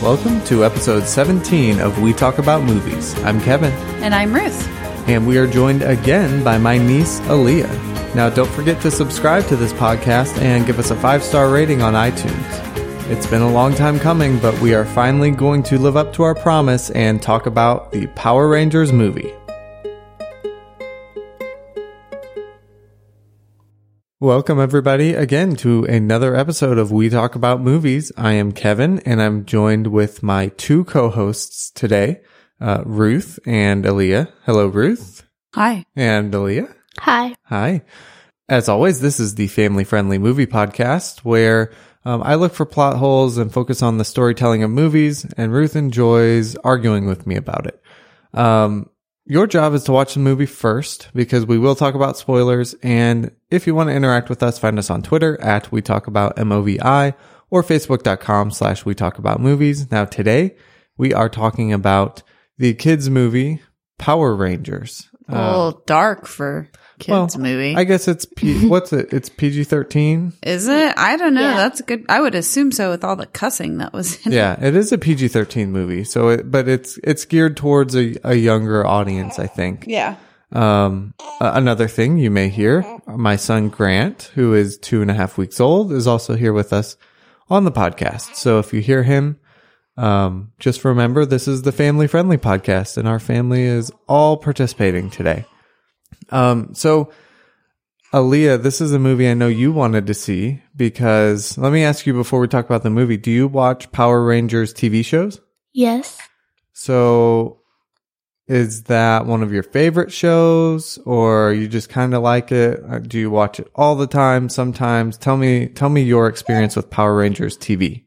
Welcome to episode 17 of We Talk About Movies. I'm Kevin, And I'm Ruth. and we are joined again by my niece, Aaliyah. Now, don't forget to subscribe to this podcast and give us a five star rating on iTunes. It's been a long time coming, but we are finally going to live up to our promise and talk about the Power Rangers movie. Welcome, everybody, again to another episode of We Talk About Movies. I am Kevin, and I'm joined with my two co hosts today, uh, Ruth and Aaliyah. Hello, Ruth Hi. and Aaliyah. Hi. Hi. As always, this is the family friendly movie podcast where um, I look for plot holes and focus on the storytelling of movies, and Ruth enjoys arguing with me about it. Um, your job is to watch the movie first because we will talk about spoilers. And if you want to interact with us, find us on Twitter at We Talk About MOVI or Facebook.com slash We Talk About Movies. Now, today we are talking about the kids' movie Power Rangers. A little dark for kids Uh, Well, movie. I guess it's P- what's it? It's PG thirteen. Is it? I don't know. Yeah. That's a good. I would assume so with all the cussing that was in it. Yeah, it is a PG thirteen movie. So, it, but it's it's geared towards a, a younger audience, I think. Yeah. Um, a- another thing you may hear, my son Grant, who is two and a half weeks old, is also here with us on the podcast. So if you hear him, um, just remember this is the family friendly podcast and our family is all participating today. Um, so Aaliyah, this is a movie I know you wanted to see because let me ask you before we talk about the movie, do you watch Power Rangers TV shows? Yes. So is that one of your favorite shows or you just kind of like it? Uh, Do you watch it all the time sometimes? Tell me tell me your experience with Power Rangers TV.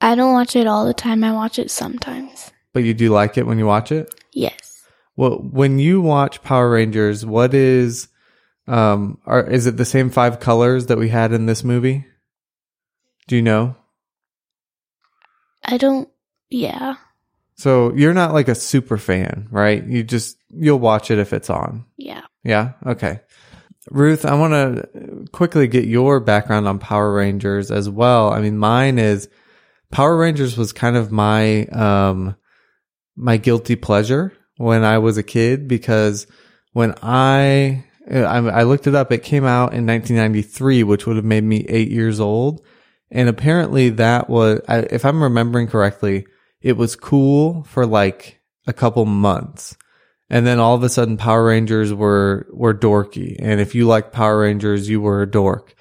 I don't watch it all the time. I watch it sometimes. But you do like it when you watch it? Yes. Well, when you watch Power Rangers, what is um are is it the same five colors that we had in this movie? Do you know? I don't. Yeah. So you're not like a super fan, right? You just you'll watch it if it's on. Yeah. Yeah. Okay. Ruth, I want to quickly get your background on Power Rangers as well. I mean, mine is Power Rangers was kind of my um my guilty pleasure when I was a kid because when I I, I looked it up, it came out in 1993, which would have made me eight years old, and apparently that was, I, if I'm remembering correctly, it was cool for like a couple months and then all of a sudden Power Rangers were were dorky, and if you liked Power Rangers, you were a dork.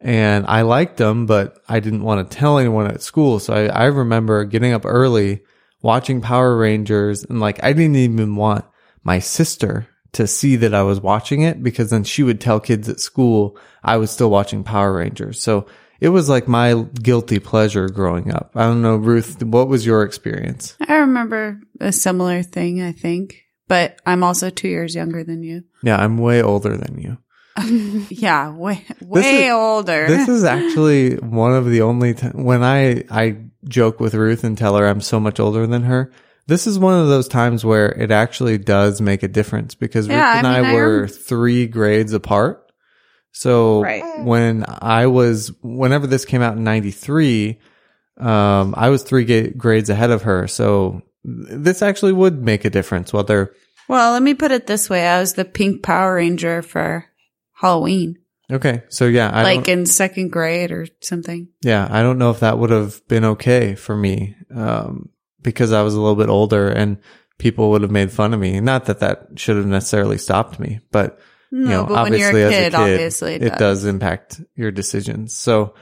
And I liked them, but I didn't want to tell anyone at school. So I, I remember getting up early, watching Power Rangers, and like I didn't even want my sister to see that I was watching it because then she would tell kids at school I was still watching Power Rangers. So it was like my guilty pleasure growing up. I don't know, Ruth, what was your experience? I remember a similar thing, I think. But I'm also two years younger than you. Yeah, I'm way older than you. Yeah. Way, way is- older. This is actually one of the only t- when I I joke with Ruth and tell her I'm so much older than her. This is one of those times where it actually does make a difference because Yeah, I Ruth and I, mean, I were rem- three grades apart. So Right. when I was whenever this came out in 93, um I was 3 ga- grades ahead of her. So th- this actually would make a difference whether well, let me put it this way. I was the pink Power Ranger for Halloween, Okay. So yeah, I don't- like in second grade or something. Yeah, I don't know if that would have been okay for me um, because I was a little bit older and people would have made fun of me. Not that that should have necessarily stopped me, but No, you know, but when obviously you're as a kid, a kid, obviously it, does. impact your decisions. So, all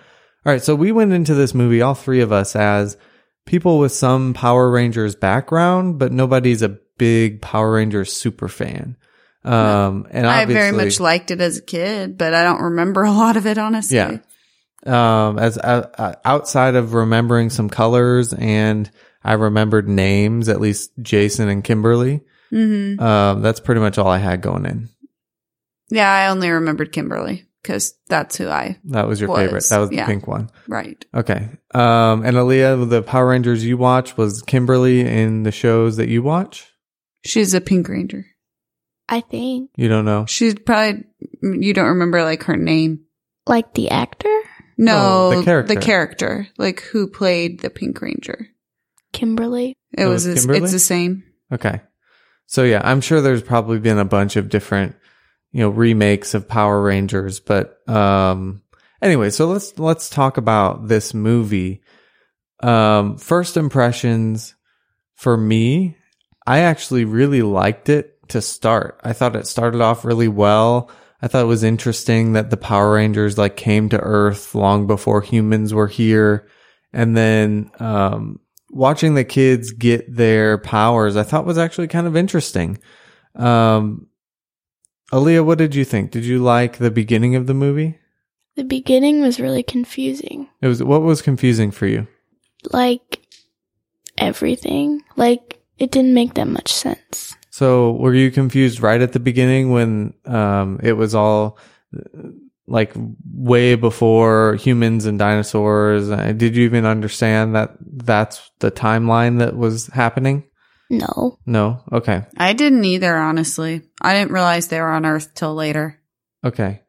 right, so we went into this movie, all three of us, as people with some Power Rangers background, but nobody's a big Power Rangers super fan. Um, and I very obviously- much liked it as a kid, but I don't remember a lot of it honestly. Yeah. um, as uh, uh, outside of remembering some colors and I remembered names, at least Jason and Kimberly. hmm Um, that's pretty much all I had going in. Yeah, I only remembered Kimberly because that's who I That was your Was, favorite. That was the yeah. pink one. right. Okay. Um, and Aaliyah, the Power Rangers you watch was Kimberly in the shows that you watch. She's a Pink Ranger. I think. You don't know. She's probably you don't remember like her name. Like the actor? No, No, the character. the character, like who played the Pink Ranger. Kimberly. It It was, was this- Oh, Kimberly? it's the same. Okay. So yeah, I'm sure there's probably been a bunch of different, you know, remakes of Power Rangers, but um anyway, so let's let's talk about this movie. Um first impressions for me, I actually really liked it to start. I thought it started off really well. I thought it was interesting that the Power Rangers like came to Earth long before humans were here. And then um watching the kids get their powers, I thought was actually kind of interesting. Um, Aaliyah, what did you think? Did you like the beginning of the movie? The beginning was really confusing. It was what was confusing for you? Like everything. Like it didn't make that much sense. So were you confused right at the beginning when um, it was all uh, like way before humans and dinosaurs? Uh, Did you even understand that that's the timeline that was happening? No. No. Okay. I didn't either, honestly. I didn't realize they were on Earth till later. Okay.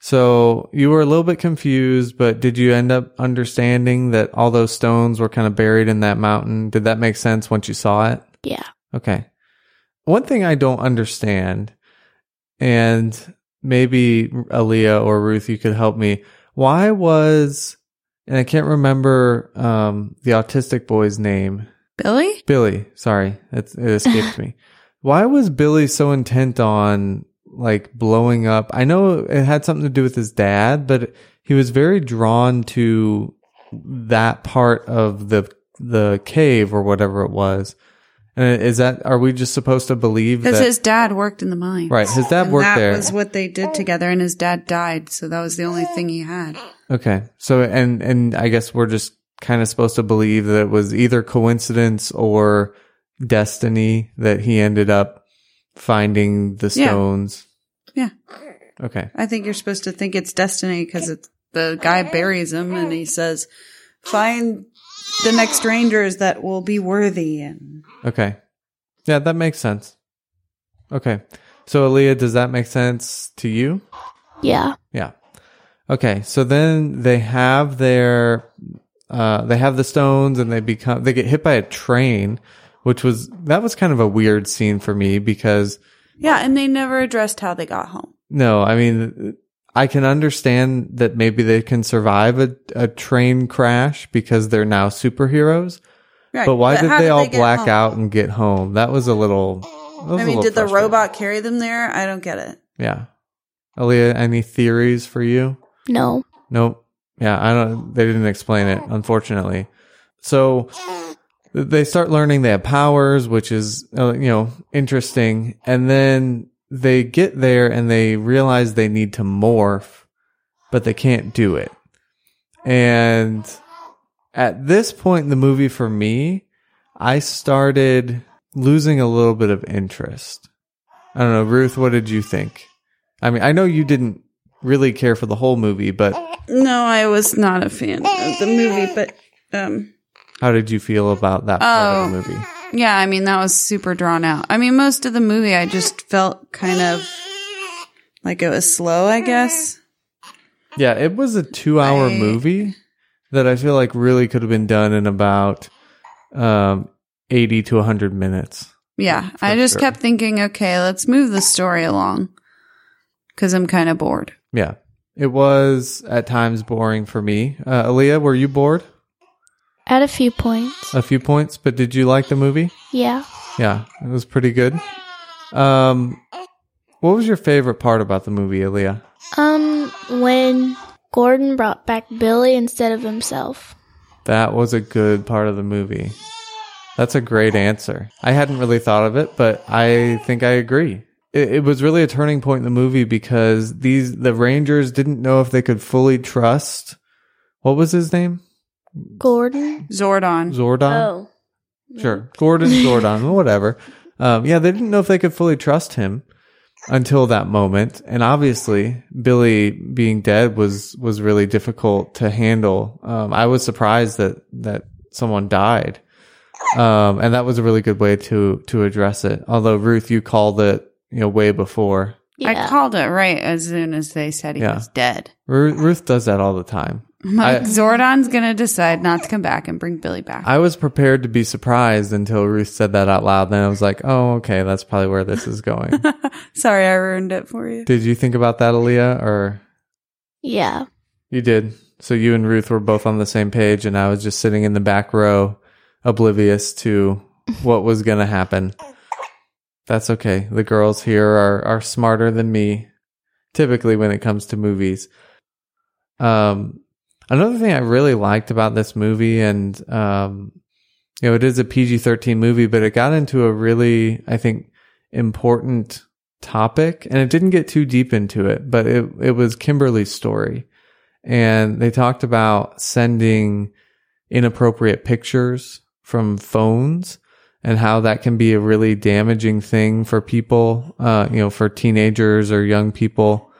So you were a little bit confused, but did you end up understanding that all those stones were kind of buried in that mountain? Did that make sense once you saw it? Yeah. Okay. One thing I don't understand, and maybe Aaliyah or Ruth, you could help me. Why was, and I can't remember um, the autistic boy's name, Billy? Billy. Sorry, it, it escaped me. Why was Billy so intent on like blowing up? I know it had something to do with his dad, but he was very drawn to that part of the the cave or whatever it was. And is that are we just supposed to believe Because that? his dad worked in the mine. right, his dad And worked that there. was what they did together, and his dad died, so that was the only thing he had. Okay. So and and I guess we're just kind of supposed to believe that it was either coincidence or destiny that he ended up finding the Yeah. stones. Yeah. Okay. I think you're supposed to think it's destiny because it's the guy buries him and he says, "Find the next rangers that will be worthy." And Okay. Yeah, that makes sense. Okay. So Aaliyah, does that make sense to you? Yeah. Yeah. Okay. So then they have their, uh, they have the stones and they become, they get hit by a train, which was, that was kind of a weird scene for me because yeah, and they never addressed how they got home. No, I mean, I can understand that maybe they can survive a, a train crash because they're now superheroes. Right. But why did how they all get black home? out and get home? That was a little. that was I a mean, little did the frustrating. robot carry them there? I don't get it. Yeah. Aaliyah, any theories for you? No. Nope. Yeah, I don't. They didn't explain it, unfortunately. So they start learning they have powers, which is uh, you know interesting, and then they get there and they realize they need to morph, but they can't do it. And at this point in the movie, for me, I started losing a little bit of interest. I don't know, Ruth. What did you think? I mean, I know you didn't really care for the whole movie, but No, I was not a fan of the movie, but um, How did you feel about that part of the movie? yeah, I mean, that was super drawn out. I mean, most of the movie, I just felt kind of like it was slow. I guess. Yeah, it was a two hour I- movie that I feel like really could have been done in about um, 80 to 100 minutes. Yeah, For I just sure. kept thinking, okay, let's move the story along because I'm kind of bored. Yeah, it was at times boring for me. Uh, Aaliyah, were you bored? At a few points. A few points, but did you like the movie? Yeah. Yeah, it was pretty good. Um, what was your favorite part about the movie, Aaliyah? Um when Gordon brought back Billy instead of himself. That was a good part of the movie. That's a great answer. I hadn't really thought of it, but I think I agree. It, it was really a turning point in the movie because these the Rangers didn't know if they could fully trust what was his name? Gordon? Zordon. Zordon. Oh. Sure. Gordon Zordon, whatever. Um, yeah, they didn't know if they could fully trust him until that moment. And obviously, Billy being dead was was really difficult to handle. Um, I was surprised that that someone died, um, and that was a really good way to to address it. Although Ruth, you called it you know way before. Yeah. I called it right as soon as they said he Yeah. was dead. Ru- Ruth does that all the time. I'm like, I- Zordon's gonna decide not to come back and bring Billy back. I was prepared to be surprised until Ruth said that out loud. Then I was like, oh, okay, that's probably where this is going. Sorry, I ruined it for you. did you think about that, Aaliyah? Or Yeah. you did? So you and Ruth were both on the same page, and I was just sitting in the back row, oblivious to what was going to happen. That's okay. The girls here are, are smarter than me, typically, when it comes to movies. Um, another thing I really liked about this movie, and um, you know, it is a PG thirteen movie, but it got into a really, I think, important topic, and it didn't get too deep into it. But it it was Kimberly's story, and they talked about sending inappropriate pictures from phones. And how that can be a really damaging thing for people, uh, you know, for teenagers or young people.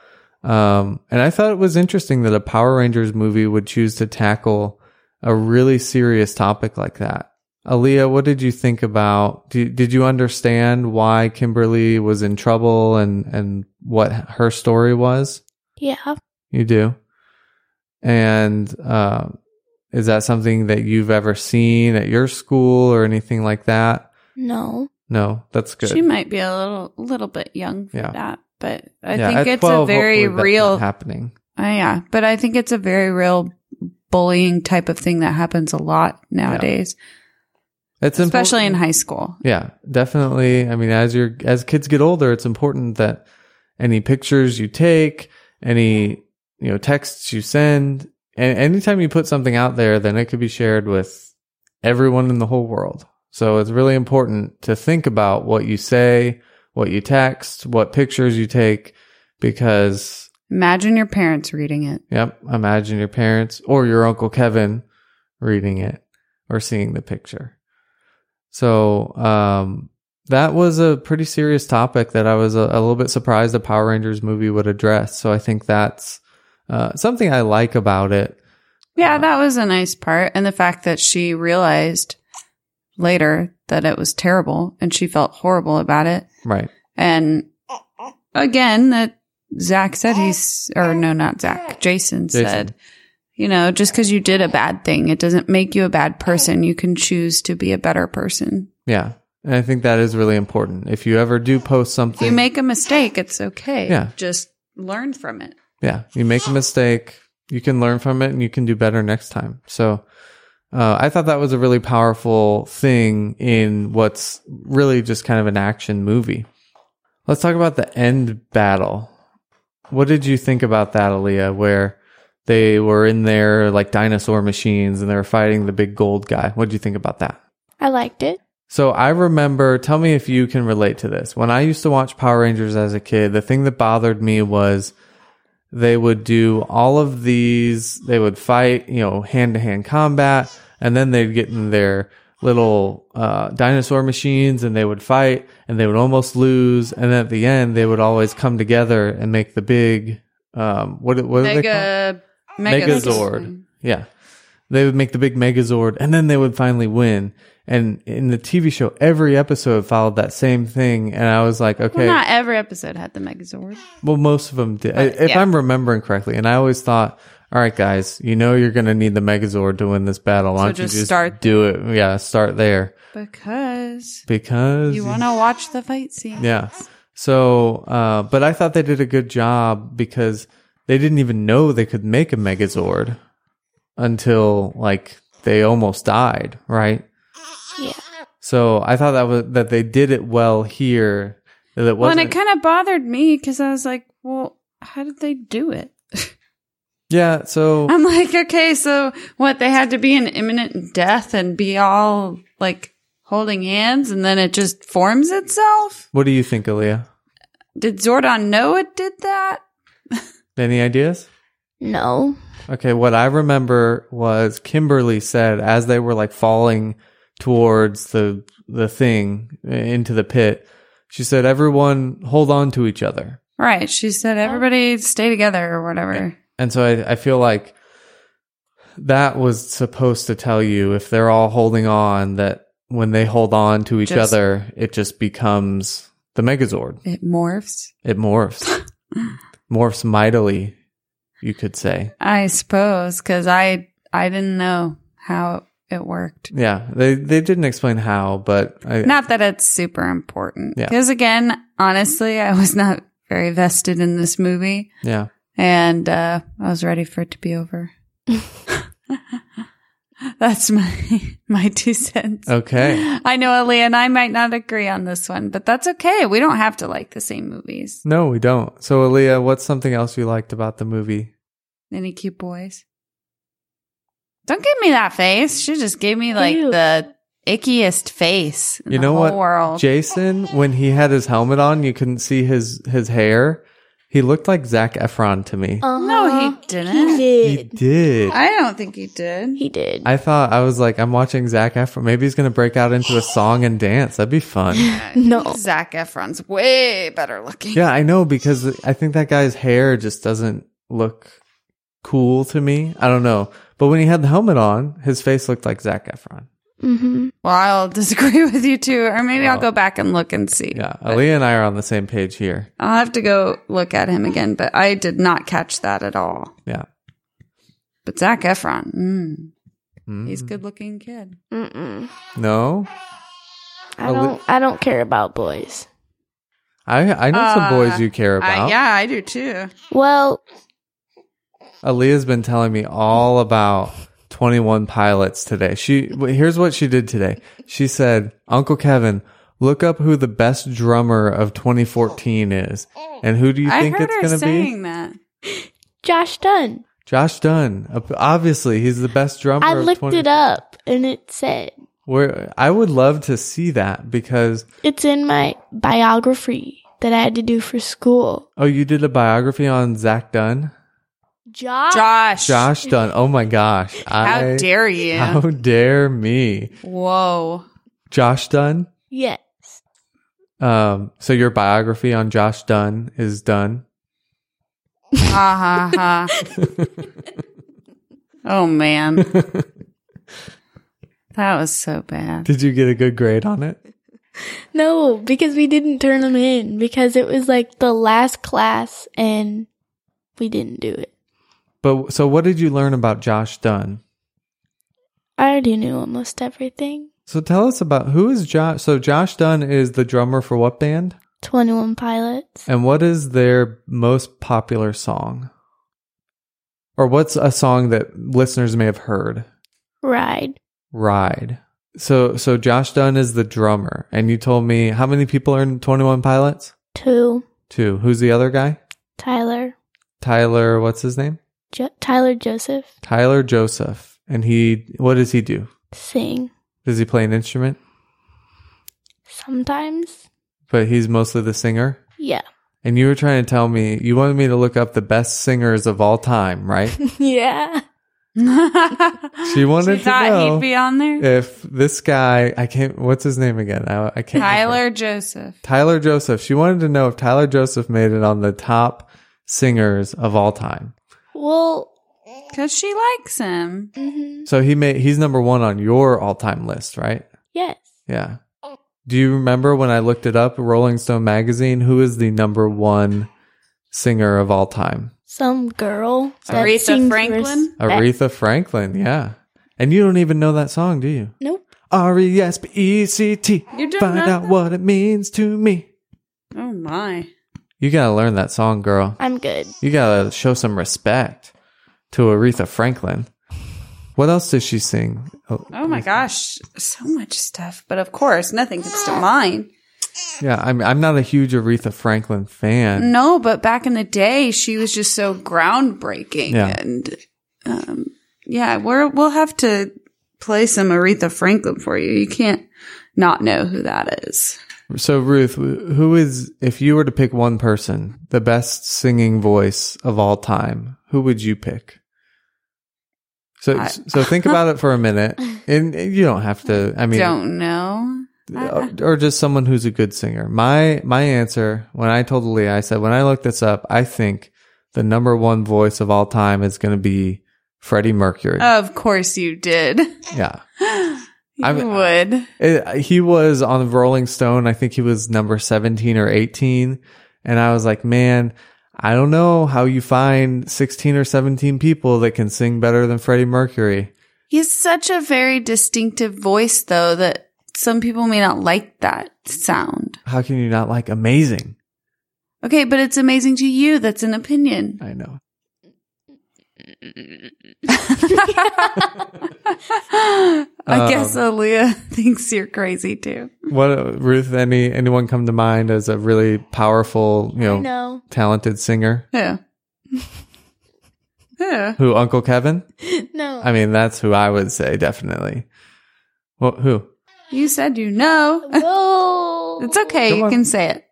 Um, and I thought it was interesting that a Power Rangers movie would choose to tackle a really serious topic like that. Aaliyah, what did you think about? Did, did you understand why Kimberly was in trouble and, and what her story was? Yeah. You do. And, uh, is that something that you've ever seen at your school or anything like that? No. No, that's good. She might be a little little bit young for Yeah. that, but I Yeah, think at it's 12, a very hopefully that's real. not happening. Uh, yeah, but I think it's a very real bullying type of thing that happens a lot nowadays, It's especially in important- high school. Yeah, definitely. I mean, as you're as kids get older, it's important that any pictures you take, any you know texts you send, and anytime you put something out there, then it could be shared with everyone in the whole world. So it's really important to think about what you say, what you text, what pictures you take, because Imagine your parents reading it. yep, imagine your parents or your uncle Kevin reading it or seeing the picture. So um, that was a pretty serious topic that I was a, a little bit surprised the Power Rangers movie would address. So I think that's uh, something I like about it. Yeah, Uh, that was a nice part. And the fact that she realized later that it was terrible and she felt horrible about it. Right. And again, that Zach said he's, or no, not Zach, Jason, Jason. said, you know, just because you did a bad thing, it doesn't make you a bad person. You can choose to be a better person. Yeah. And I think that is really important. If you ever do post If something, you make a mistake, it's okay. Yeah. Just learn from it. yeah, you make a mistake, you can learn from it and you can do better next time. So, uh, I thought that was a really powerful thing in what's really just kind of an action movie. Let's talk about the end battle. What did you think about that, Aaliyah, where they were in their like dinosaur machines and they were fighting the big gold guy? What did you think about that? I liked it. So I remember, tell me if you can relate to this. When I used to watch Power Rangers as a kid, the thing that bothered me was they would do all of these, they would fight, you know, hand to hand combat, and then they'd get in their little uh, dinosaur machines and they would fight and they would almost lose. And then at the end, they would always come together and make the big, um, what, what are they called? Mega, Megazord. Yeah. They would make the big Megazord and then they would finally win. And in the TV show, every episode followed that same thing. And I was like, okay, Well, well, not every episode had the Megazord. most of them did, But, if yeah. I'm remembering correctly. And I always thought, all right, guys, you know, you're going to need the Megazord to win this battle. Why So don't just you just start- do it? Yeah. Start there Because because you want to watch the fight scene. Yeah. So, uh, but I thought they did a good job because they didn't even know they could make a Megazord until like they almost died, right? Yeah. So I thought that was that they did it well here. That it Well, and wasn't. it kind of bothered me because I was like, well, how did they do it? yeah. So I'm like, okay, so what? They had to be in imminent death and be all like holding hands and then it just forms itself? what do you think, Aaliyah? Did Zordon know it did that? Any ideas? No. Okay, what I remember was Kimberly said as they were like falling towards the the thing uh, into the pit, she said, "Everyone, hold on to each other." Right. She said, everybody stay together or whatever. And so I, I feel like that was supposed to tell you if they're all holding on that when they hold on to each Just- other, it just becomes the Megazord. It morphs. It morphs, morphs mightily you could say. I suppose because I I didn't know how it worked. Yeah, they they didn't explain how, but I, Not that it's super important. Yeah. Because again, honestly, I was not very vested in this movie, yeah, and uh, I was ready for it to be over. That's my my two cents. okay. I know Ali and I might not agree on this one, but that's okay. We don't have to like the same movies. No, we don't. So, Aaliyah, what's something else you liked about the movie? Any cute boys? Don't give me that face. She just gave me like Ew. the ickiest face. In You the know whole what? World. Jason, when he had his helmet on, you couldn't see his his hair. He looked like Zach Efron to me. Uh-huh. No, he didn't. He he did. did. I don't think he did. He did. I thought I was like, I'm watching Zach Efron. Maybe he's gonna break out into a song and dance. That'd be fun. no. Zach Efron's way better looking. Yeah, I know because I think that guy's hair just doesn't look cool to me. I don't know. But when he had the helmet on, his face looked like Zach Efron. Mm-hmm. Well, I'll disagree with you too, or maybe I'll Wow. go back and look and see. Yeah, Aaliyah and I are on the same page here. I'll have to go look at him again, but I did not catch that at all. Yeah. But Zach Efron, mm, Mm. he's a good looking kid. Mm-mm. No, I Ali- don't. I don't care about boys. I I know some Uh, boys you care about. I, yeah, I do too. Well, Aaliyah's been telling me all about 21 pilots today. She w- here's what she did today. She said, "Uncle Kevin, look up who the best drummer of 2014 is, and who do you I think heard it's her going to be?" saying that. Josh Dunn. Josh Dunn. Ob- Obviously, he's the best drummer. I of looked 20 it up, and it said Where I would love to see that because it's in my biography that I had to do for school. oh, you did a biography on Zach Dunn, Josh. Josh, Josh Dunn. Oh my gosh! how I, dare you? How dare me, Whoa. Josh Dunn? Yes. Um, so your biography on Josh Dunn is done. Ha ha ha. Oh man. That was so bad. Did you get a good grade on it? No, because we didn't turn them in because it was like the last class and we didn't do it. But so what did you learn about Josh Dunn? I already knew almost everything. So tell us about who is Josh. So Josh Dunn is the drummer for what band? 21 Pilots. And what is their most popular song? Or what's a song that listeners may have heard? Ride. Ride. So so Josh Dunn is the drummer and you told me how many people are in 21 Pilots? 2. Two. Who's the other guy? Tyler. Tyler, what's his name? Jo- Tyler Joseph. Tyler Joseph. And he what does he do? Sing. Does he play an instrument? Sometimes. But he's mostly the singer. Yeah. And you were trying to tell me you wanted me to look up the best singers of all time, right? yeah. She wanted to thought know he'd be on there. if this guy, I can't. What's his name again? I, I can't. remember. Tyler Joseph. Tyler Joseph. She wanted to know if Tyler Joseph made it on the top singers of all time. Well, Because she likes him. mhm. So he made. He's number one on your all-time list, right? yes. Yeah. Do you remember when I looked it up, Rolling Stone magazine? Who is the number one singer of all time? Some girl. that Aretha sings Franklin? res- Aretha Franklin. Yeah. And you don't even know that song, do you? Nope. R E S P E C T. You don't Find know out that? what it means to me. Oh my. You gotta learn that song, girl. I'm good. You gotta show some respect to Aretha Franklin. What else does she sing? Oh, Oh my gosh. So much stuff. But of course, nothing comes to mind. yeah, I'm I'm not a huge Aretha Franklin fan. No, but back in the day, she was just so groundbreaking. Yeah. And um, yeah, we're, we'll have to play some Aretha Franklin for you. You can't not know who that is. So Ruth, wh- who is if you were to pick one person, the best singing voice of all time, who would you pick? So I- so think about it for a minute, and and you don't have to. I mean, Don't know. or, or just someone who's a good singer. My my answer when I told Leah, I said when I looked this up, I think the number one voice of all time is going to be Freddie Mercury. Of course you did. yeah, You I'm- would. It- he was on Rolling Stone. I think he was number seventeen or eighteen, and I was like, man. I don't know how you find 16 or 17 people that can sing better than Freddie Mercury. He's such a very distinctive voice, though, that some people may not like that sound. How can you not like amazing? Okay, but it's amazing to you. That's an opinion. I know. I guess Um, Aaliyah thinks you're crazy too. What Ruth any anyone come to mind as a really powerful, you know, I know. talented singer? Yeah. yeah. Who Uncle Kevin? No. I mean, that's who I would say definitely. Well, who? You said you know. Whoa. It's okay. Come you on. can say it.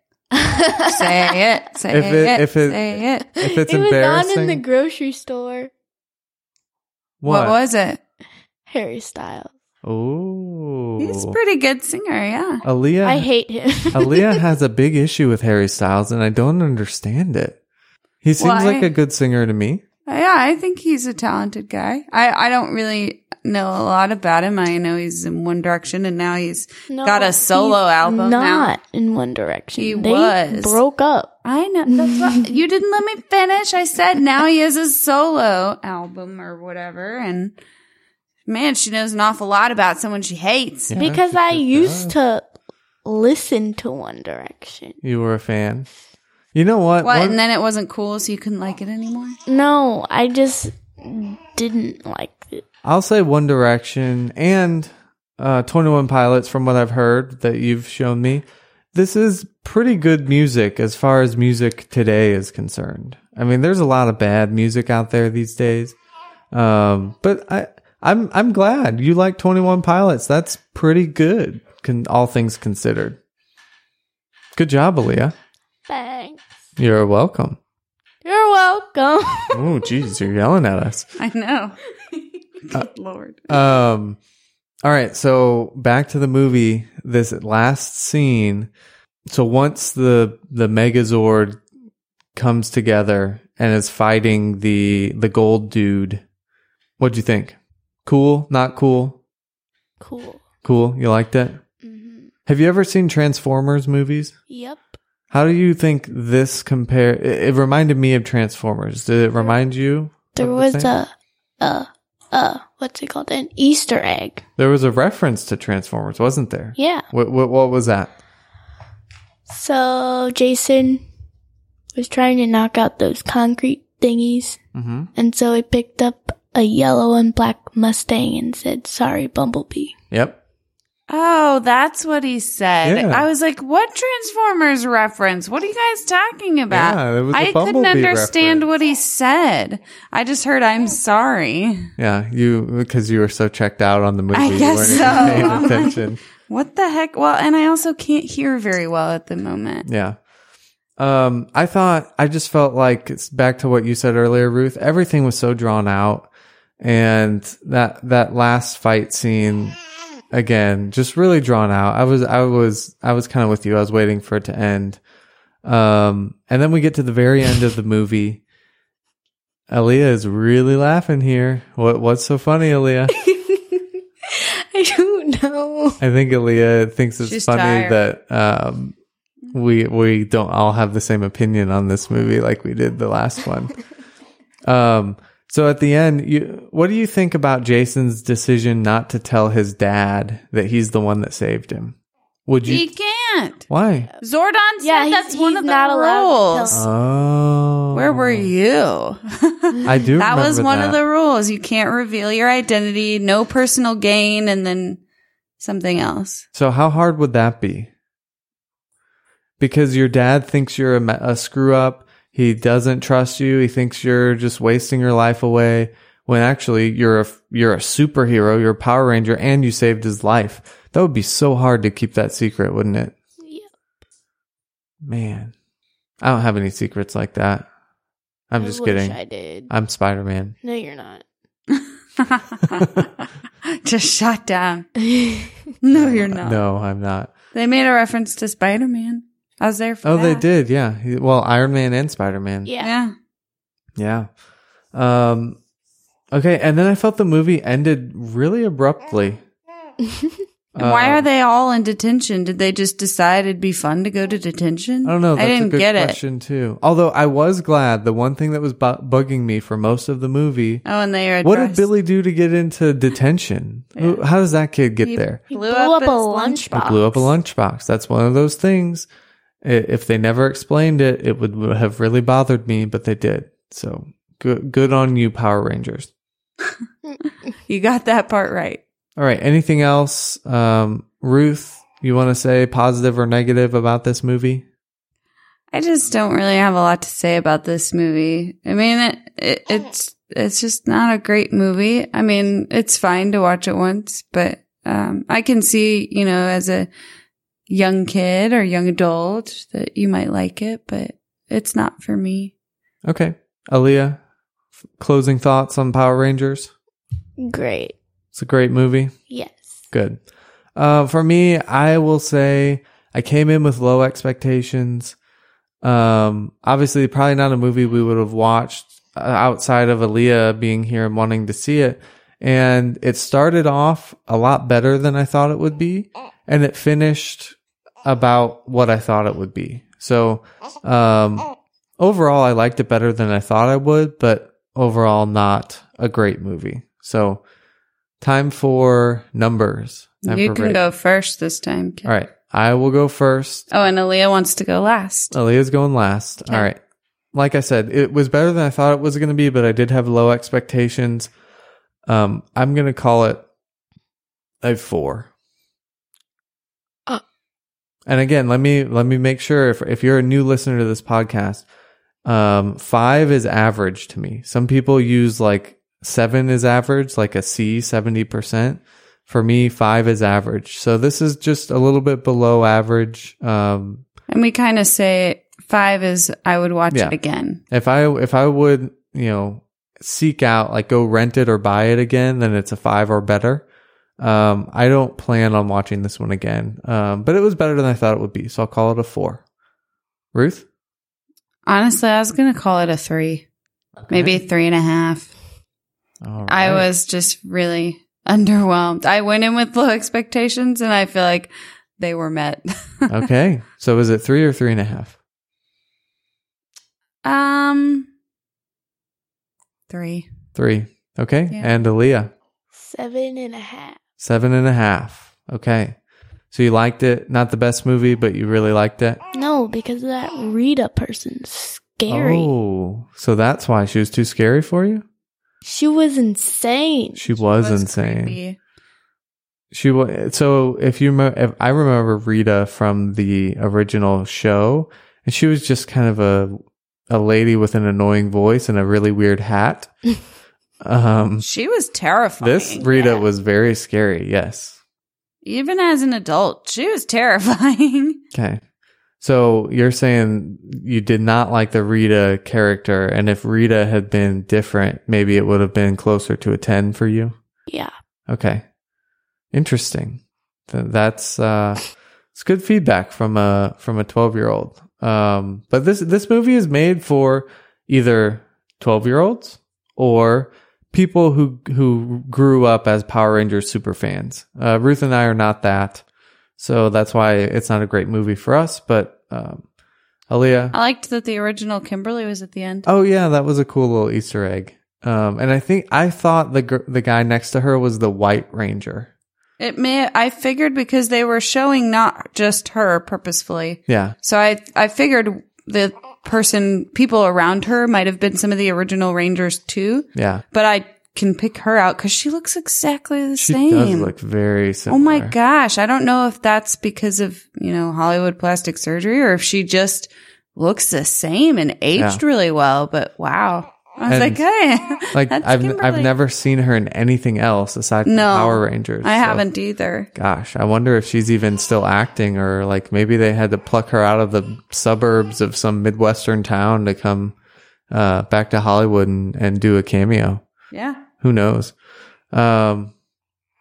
Say it. Say If it- it. if it- say it. If it's it was on embarrassing, in the grocery store. What? was it? Harry Styles. Oh, He's a pretty good singer. Yeah. Aaliyah. I hate him. Aaliyah has a big issue with Harry Styles, and I don't understand it. He seems Why? like a good singer to me. Yeah, I think he's a talented guy. I, I don't really know a lot about him. I know he's in One Direction and now he's No, Got a solo he's album now. Not in One Direction. He they was. broke up. I know. That's what you didn't let me finish. I said now he has a solo album or whatever, and man, she knows an awful lot about someone she hates. Yeah, because she I did used that. to listen to One Direction. You were a fan. You know what? What? One- And then it wasn't cool, so you couldn't like it anymore. No, I just didn't like it. I'll say One Direction and uh, Twenty One Pilots, from what I've heard that you've shown me, this is pretty good music as far as music today is concerned. I mean, there's a lot of bad music out there these days, um, but I I'm I'm glad you like Twenty One Pilots. That's pretty good, con- all things considered. Good job, Aaliyah. Thanks. You're welcome. You're welcome. Oh, jeez, you're yelling at us. I know. Good lord. Um. All right. So back to the movie. This last scene. So once the the Megazord comes together and is fighting the the gold dude, what'd you think? Cool? Not cool? cool. Cool? You liked it? hmm Have you ever seen Transformers movies? Yep. How do you think this compare? It, it reminded me of Transformers. Did it remind you? There of the was same? a, a, a, what's it called? An Easter egg. there was a reference to Transformers, wasn't there? Yeah. What what what was that? So Jason was trying to knock out those concrete thingies, Mm-hmm. and so he picked up a yellow and black Mustang and said, "Sorry, Bumblebee." Yep. Oh, that's what he said. Yeah. I was like, "What Transformers reference? What are you guys talking about?" Yeah, it was a I couldn't Bumblebee understand reference. what he said. I just heard, "I'm sorry." Yeah, you because you were so checked out on the movie. I you guess weren't so. even I'm paying like- attention. What the heck? Well, and I also can't hear very well at the moment. Yeah. Um, I thought I just felt like it's back to what you said earlier, Ruth. Everything was so drawn out, and that that last fight scene again, just really drawn out. I was I was I was kind of with you. I was waiting for it to end. Um, and then we get to the very end of the movie. Aaliyah is really laughing here. What what's so funny, Aaliyah? I don't know. I think Aaliyah thinks it's She's funny tired. that um, we we don't all have the same opinion on this movie like we did the last one. um, so at the end, you, what do you think about Jason's decision not to tell his dad that he's the one that saved him? Would you? He can't. why? Zordon said Yeah, he's- that's one he's of the not allowed to rules. tell- Oh, Where were you? I do. that was remember one that. of the rules. You can't reveal your identity, no personal gain, and then something else. So how hard would that be? Because your dad thinks you're a, me- a screw up. He doesn't trust you. He thinks you're just wasting your life away. When actually you're a f- you're a superhero. You're a Power Ranger, and you saved his life. That would be so hard to keep that secret, wouldn't it? Yeah. Man, I don't have any secrets like that. I'm I just wish kidding. I did. I'm Spider Man. no, you're not. Just shot down. No, you're not. No, I'm not. They made a reference to Spider Man. I was there for Oh, they that. did. Yeah. He- Well, Iron Man and Spider Man. yeah. Yeah. Yeah. Um okay, and then I felt the movie ended really abruptly. And why Um, are they all in detention? Did they just decide it'd be fun to go to detention? I don't know. I That's didn't a good get it. question too. Although I was glad the one thing that was bu- bugging me for most of the movie. Oh, and they are. What did addressed. Billy do to get into detention? Who, how does that kid get there? He Blew up a his lunch- lunchbox. He blew up a lunchbox. That's one of those things. I- If they never explained it, it would have really bothered me, but they did. So good, good on you, Power Rangers. You got that part right. All right. Anything else, um, Ruth? You want to say positive or negative about this movie? I just don't really have a lot to say about this movie. I mean, it, it it's it's just not a great movie. I mean, it's fine to watch it once, but um, I can see, you know, as a young kid or young adult that you might like it, but it's not for me. Okay, Aaliyah. f- Closing thoughts on Power Rangers. Great. It's a great movie. Yes. Good. Uh, for me, I will say I came in with low expectations. Um, obviously, probably not a movie we would have watched uh, outside of Aaliyah being here and wanting to see it. And it started off a lot better than I thought it would be, and it finished about what I thought it would be. So, um, overall, I liked it better than I thought I would, but overall, not a great movie. So, time for numbers. Time you for can rating. go first this time. Kid. All right. I will go first. Oh, and Aaliyah wants to go last. Aaliyah's going last. All right. Like I said, it was better than I thought it was going to be, but I did have low expectations. Um, I'm going to call it a four. Uh. And again, let me let me make sure if if you're a new listener to this podcast, um, five is average to me. Some people use like seven is average, like a C, seventy percent. For me, five is average. So this is just a little bit below average. Um, And we kind of say five is I would watch Yeah. it again. If I if I would, you know, seek out like go rent it or buy it again, then it's a five or better. Um, I don't plan on watching this one again. Um, but it was better than I thought it would be, so I'll call it a four. Ruth, Honestly, I was going to call it a three, maybe three and a half. All I right. was just really underwhelmed. I went in with low expectations and I feel like they were met. okay. So is it three or three and a half? um, three. Three. Okay. Yeah. And Aaliyah, Seven and a half. seven and a half. Okay. So you liked it. Not the best movie, but you really liked it. No, because of that Rita person. Scary. Oh, so that's why she was too scary for you. She was insane. She was, That's insane. creepy. She was so if you remember, if I remember Rita from the original show, and she was just kind of a a lady with an annoying voice and a really weird hat. um, She was terrifying. this Rita was very scary. Yes. even as an adult, she was terrifying. Okay. So you're saying you did not like the Rita character, and if Rita had been different, maybe it would have been closer to a ten for you. Yeah. Okay. Interesting. Th- That's uh it's good feedback from a from a 12-year-old. Um but this this movie is made for either 12-year-olds or people who who grew up as Power Rangers super fans. Uh Ruth and I are not that. So that's why it's not a great movie for us, but um Aaliyah I liked that the original Kimberly was at the end. Oh yeah, that was a cool little Easter egg. Um, and I think I thought the gr- the guy next to her was the White Ranger. It may I figured because they were showing not just her purposefully. Yeah, So I I figured the person people around her might have been some of the original Rangers too. yeah. but I can pick her out because she looks exactly the She same. does look very similar. oh my gosh. I don't know if that's because of, you know, Hollywood plastic surgery or if she just looks the same and aged really well, but wow. I was And- like, hey, Like that's I've I've Kimberly. never seen her in anything else aside from No, Power Rangers. I so- haven't either. Gosh, I wonder if she's even still acting, or like maybe they had to pluck her out of the suburbs of some midwestern town to come uh, back to Hollywood and, and do a cameo. Yeah. Who knows? Um,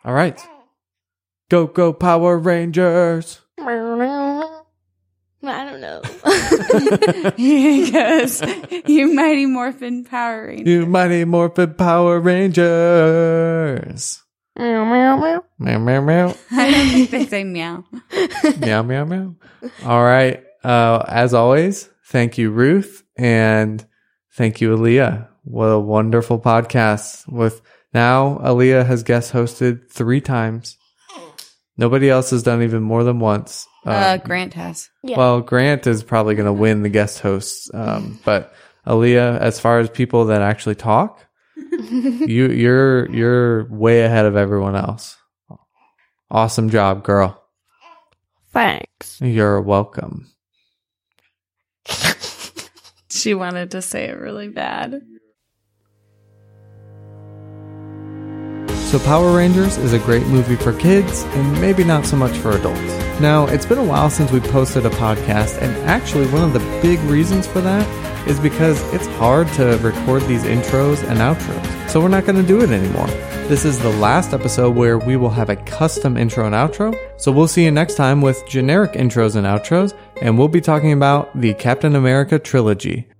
all right, go go Power Rangers. I don't know. Here he goes. you mighty morphin Power Ranger. You Mighty Morphin Power Rangers. Meow, meow, meow. Meow meow meow. I don't think they say meow. meow meow meow. All right. Uh, as always, thank you, Ruth, and thank you, Aaliyah. What a wonderful podcast. With now, Aaliyah has guest hosted three times. Nobody else has done even more than once. Um, Uh, Grant has. Yeah. Well, Grant is probably going to win the guest hosts, um, but Aaliyah, as far as people that actually talk, you you're you're way ahead of everyone else. Awesome job, girl. Thanks. You're welcome. She wanted to say it really bad. So, Power Rangers is a great movie for kids and maybe not so much for adults. Now, it's been a while since we posted a podcast, and actually, one of the big reasons for that is because it's hard to record these intros and outros. So, we're not going to do it anymore. This is the last episode where we will have a custom intro and outro. So, we'll see you next time with generic intros and outros, and we'll be talking about the Captain America trilogy.